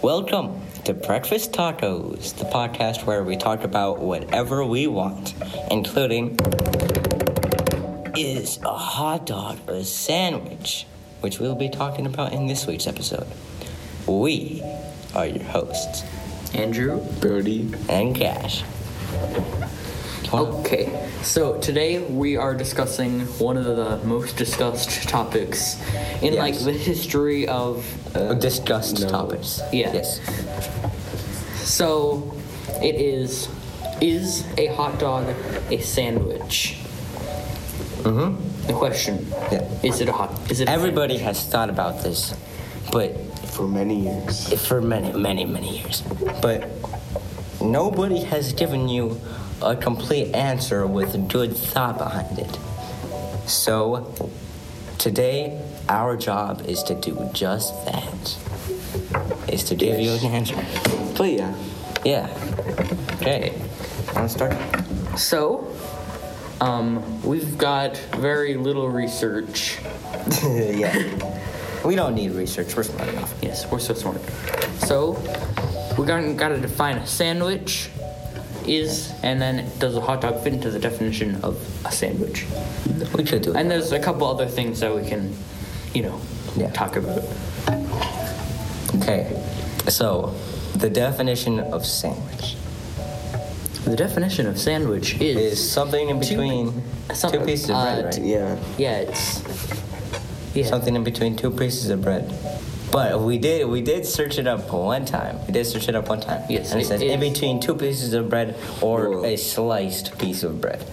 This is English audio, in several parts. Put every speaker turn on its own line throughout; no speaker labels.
Welcome to Breakfast Tacos, the podcast where we talk about whatever we want, including is a hot dog a sandwich, which we'll be talking about in this week's episode. We are your hosts,
Andrew.
Birdie.
and Cash.
Okay, so today we are discussing one of the most discussed topics in like
Yes.
the history of.
Discussed
no.
uh, topics.
Yeah.
Yes.
So, it is is a hot dog a sandwich? Mm-hmm. The question.
Yeah.
Is it a hot? Is it? a
Everybody has thought about this, but
For many years.
for many, many, many years. But nobody has given you a complete answer with good thought behind it. So today, our job is to do just that. Is to give you an answer.
But yeah.
Yeah. Okay. Want to start?
sandwich? So, um, we've got very little research.
yeah. We don't need research. We're smart enough.
Yes, we're so smart. So we're gonna gotta define a sandwich is, and then does a hot dog fit into the definition of a sandwich?
We could do it.
And there's a couple other things that we can, you know,
Yeah.
talk about.
Okay. So, the definition of sandwich
The definition of sandwich is,
is something in
Two-
between two,
something,
pieces of
uh,
bread, right?
t-
Yeah.
yeah, it's yeah,
something in between two pieces of bread. But we did we did search it up one time. We did search it up one time.
Yes,
and it,
it
says in
is-
between two pieces of bread or
Whoa.
a sliced piece of bread.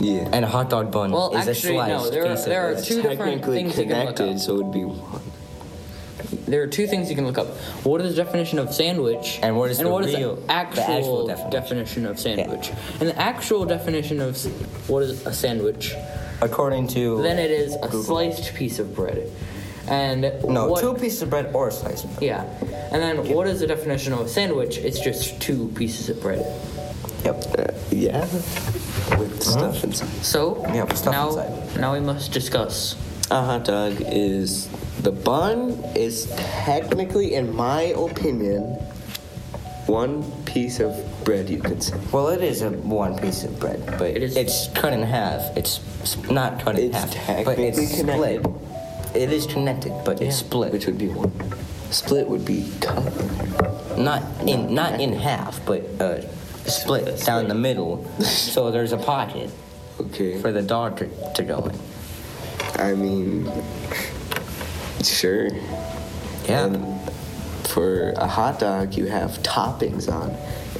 Yeah.
And a hot dog bun
Well,
is
actually,
a
no,
sliced
there are-
piece
there are
of bread.
two different
technically
things you can look
connected,
up.
so it would be one.
there are two things you can look up. What is the definition of sandwich?
And what is the
what is
real- the
actual,
actual definition.
definition. of sandwich? And the actual definition of s- what is a sandwich?
According to
Then it is a sliced piece of bread. And
no,
what,
two pieces of bread or a slice of bread.
Yeah. And then what is the definition of a sandwich? It's just two pieces of bread.
Yep.
Uh, yeah. With stuff inside.
So
Yeah, but stuff
now
inside.
now we must discuss.
A hot dog is. The bun is technically, in my opinion, one piece of bread, you could say.
Well, it is a one piece of bread, but
It is-
it's cut in half. It's s- not cut in
It's
half, but it's
technically connected.
split. It is connected, but it's split.
Which would be one. Split would be cut.
not in not in half, but uh, split down the middle, so there's a pocket
Okay.
for the dog to, to go in.
I mean, sure.
Yeah.
And for a hot dog, you have toppings on.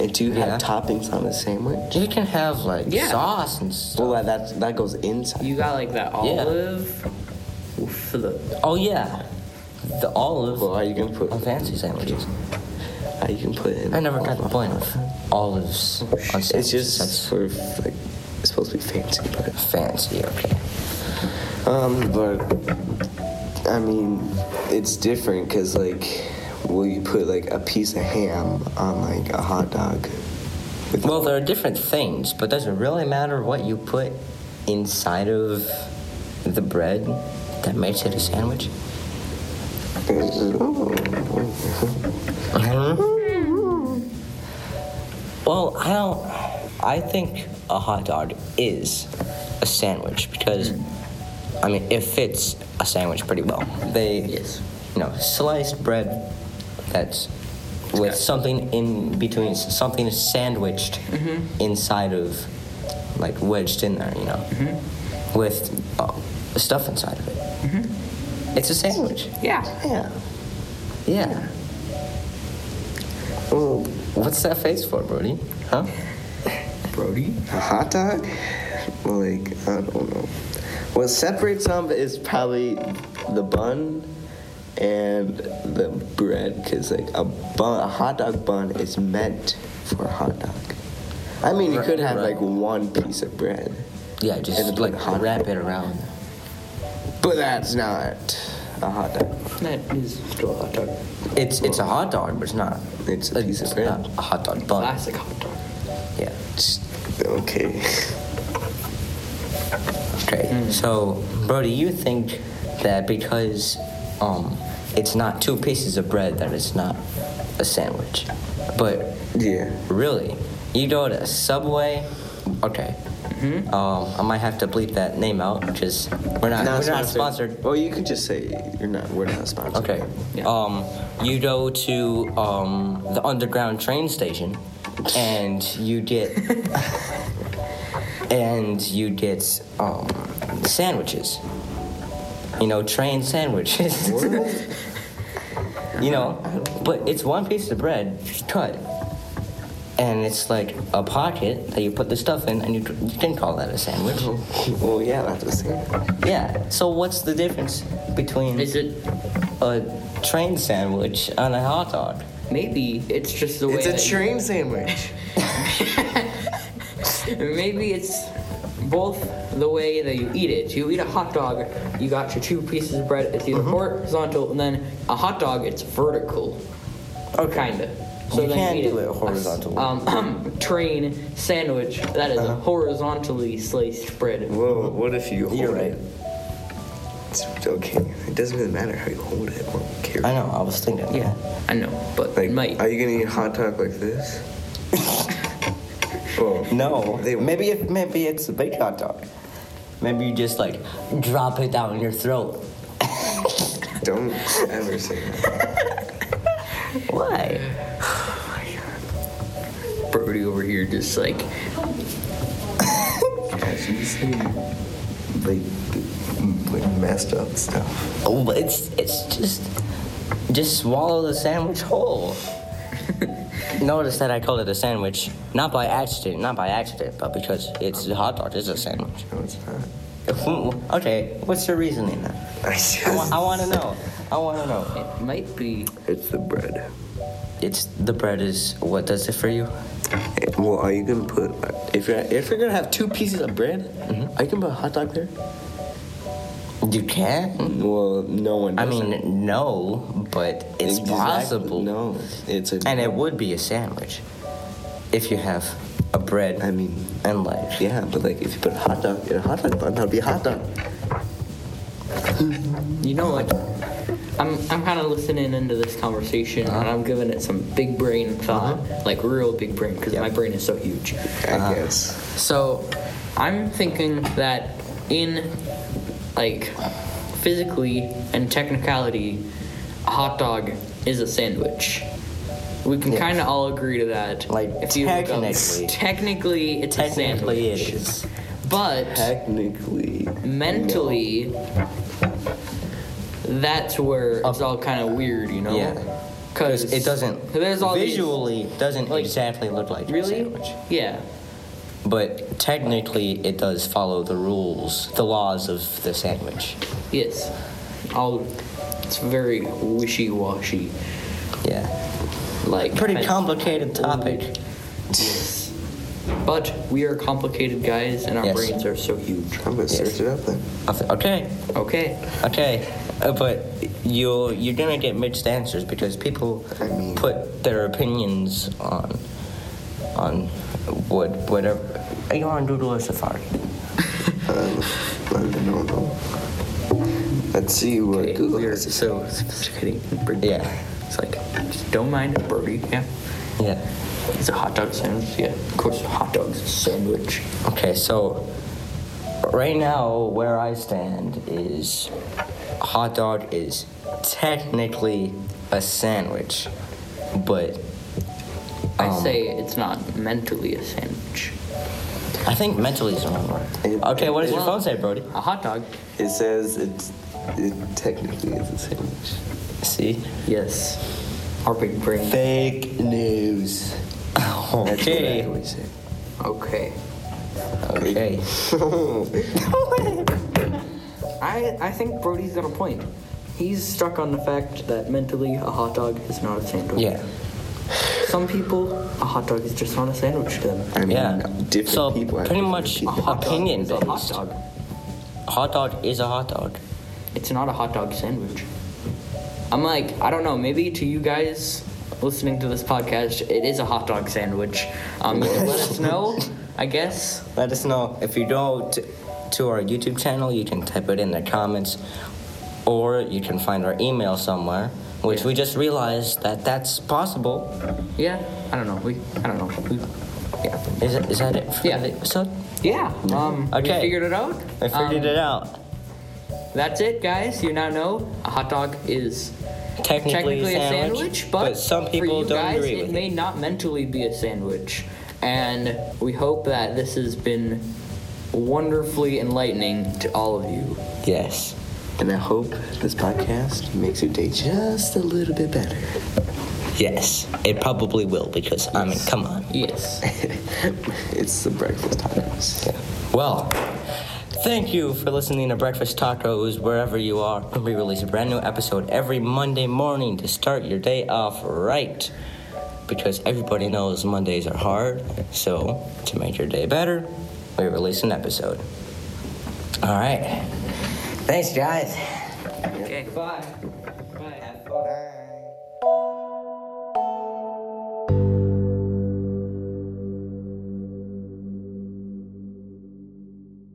And do you have
Yeah.
toppings on a sandwich?
You can have like
Yeah.
sauce and stuff.
Well, that that, that goes inside.
You got like that
Yeah.
olive for the
Oh yeah, the olive
Well, are you gonna put?
on fancy sandwiches.
How you can put? In
I never got the point of olives on sandwiches.
It's just
That's
for like it's supposed to be fancy, but
fancy. Okay.
um, but I mean, it's different because like, will you put like a piece of ham on like a hot dog? With-
Well, there are different things, but does it really matter what you put inside of the bread that makes it a sandwich? Well, I don't. I think a hot dog is a sandwich because, I mean, it fits a sandwich pretty well. They,
Yes.
you know, sliced bread that's with something in between, something sandwiched inside of, like wedged in there, you know, with uh, stuff inside of it. It's a sandwich.
Yeah.
yeah.
Yeah.
Well,
What's that face for, Brody? Huh?
Brody? A hot dog? Well, Like, I don't know. What separates them is probably the bun and the bread, because, like, a, bun, a hot dog bun is meant for a hot dog. I mean, you
Right,
could have,
right.
like, one piece of bread,
Yeah, just
And
like
hot dog.
wrap it around.
but that's not a hot dog.
That is still a hot dog.
It's it's a hot dog, but it's not.
It's a piece of bread.
not a hot dog bun.
Classic hot dog.
Yeah.
Just- Okay.
Mm. Great. So, Brody, you think that because um, it's not two pieces of bread that it's not a sandwich. But
Yeah.
really, you go to Subway. Okay. Um, I might have to bleep that name out because we're not, we're not sponsored.
Well, you could just say you're not. We're not sponsored.
Okay.
Yeah.
Um, you go to um, the underground train station, and you get and you get um, sandwiches. You know, train sandwiches. you know, but it's one piece of bread cut, and it's like a pocket that you put the stuff in, and you, you can call that a sandwich.
well, yeah, that's the same.
Yeah. So what's the difference between?
Is it
a train sandwich and a hot dog.
maybe it's just the way
It's a
that you-
train sandwich.
Maybe it's both the way that you eat it. You eat a hot dog, you got your two pieces of bread, it's either horizontal, and then a hot dog, it's vertical. Or kinda.
You can't do it
a s-
horizontally.
Um, train sandwich, that is a horizontally sliced bread.
Whoa, what if you hold
You're right.
it? It's okay. It doesn't really matter how you hold it or carry
I
it.
know, I was thinking.
Yeah, I know, but
Like,
it might.
are you gonna eat a hot dog like this? well,
No,
They-
maybe it, maybe it's a big hot dog. Maybe you just like drop it down your throat.
don't ever say that.
Why?
Brody over here just like,
She's like, like messed up stuff.
Oh, but it's it's just just swallow the sandwich whole. Notice that I called it a sandwich, not by accident, not by accident, but because it's a hot dog. It's a sandwich.
No, it's not.
okay, what's your reasoning then?
I
I, wa- I want to know. I want to know.
it might be.
It's the bread.
It's the bread is what does it for you?
Well, are you gonna put if you're if you're gonna have two pieces of bread, are you gonna put a hot dog there?
You can.
Well, no one.
I
does it.
mean, no, but it's
Exactly.
possible.
No, it's a.
And it would be a sandwich if you have a bread
I mean,
and like
yeah, but like if you put a hot dog in a hot dog bun, that'd be a hot dog.
Uh-huh.
You know what? I'm, I'm kind of listening into this conversation
Uh-huh.
and I'm giving it some big brain thought, like real big brain, because my brain is so huge.
I guess.
So I'm thinking that in like physically and technicality, a hot dog is a sandwich. We can kind of all agree to that.
Like,
look up-
technically.
technically, it's
technically
a
it
sandwich.
is.
But
Technically.
mentally, that's where it's all kind of weird, you know?
Yeah.
Because
It doesn't
There's all these-
visually doesn't
like,
exactly look like
really?
a sandwich,
Yeah.
but technically it does follow the rules, the laws of the sandwich.
Yes. All. It's very wishy-washy.
Yeah,
Like.
pretty
I-
complicated topic.
Yes. But we are complicated guys, and our
Yes.
brains are so huge.
I'm gonna search it up then.
I th- Okay,
Okay.
Okay, uh, but you're you're gonna get mixed answers because people
I mean-
put their opinions on on what whatever. Are you on Doodle or Safari?
Um, I don't know. Let's see what
Okay,
Google
we are
has.
so sophisticated.
Yeah.
It's like, just don't mind it, birdie. Yeah.
Yeah.
It's a hot dog sandwich. Yeah. Of course, a hot dog's a sandwich.
Okay, so right now where I stand is hot dog is technically a sandwich, but
I say it's not mentally a sandwich.
I think mentally is the wrong word.
It-
Okay, what does your
it-
phone say, Brody?
A hot dog?
It says it's it technically is a sandwich.
See,
Yes. Our big brain.
Fake news. That's what I
Okay.
always say.
Okay.
Okay.
I, I think Brody's got a point. He's stuck on the fact that mentally a hot dog is not a sandwich.
Yeah.
Some people, a hot dog is just not a sandwich to them.
I mean,
Yeah.
different
so
people. have
pretty
different
much
A
opinions.
hot dog
opinion
is a hot
based.
dog.
Hot dog is a hot dog.
It's not a hot dog sandwich. I'm like, I don't know, maybe to you guys listening to this podcast, it is a hot dog sandwich. Um, you can let us know, I guess.
Let us know if you go to, to our YouTube channel. You can type it in the comments, Or you can find our email somewhere, which
Yeah.
we just realized that that's possible.
Yeah, I don't know. We, I don't know. We, yeah,
Is, it, is that it for
Yeah.
the episode?
yeah. Um,
Okay.
we figured it out.
I figured
Um,
it out.
That's it, guys. You now know a hot dog is
Technically,
technically
a
a
sandwich,
but,
some
for
people
you
don't
guys,
agree
it
with
may not mentally be a sandwich. And we hope that this has been wonderfully enlightening to all of you.
it. Yes.
And I hope this podcast makes your day just a little bit better.
Yes. It probably will because, I mean, come on.
Yes.
it's the breakfast tacos.
Well, thank you for listening to Breakfast Tacos wherever you are. We release a brand new episode every Monday morning to start your day off right. Because everybody knows Mondays are hard, so to make your day better, we release an episode. All right. Thanks, guys.
Okay. Bye. Bye.
Bye.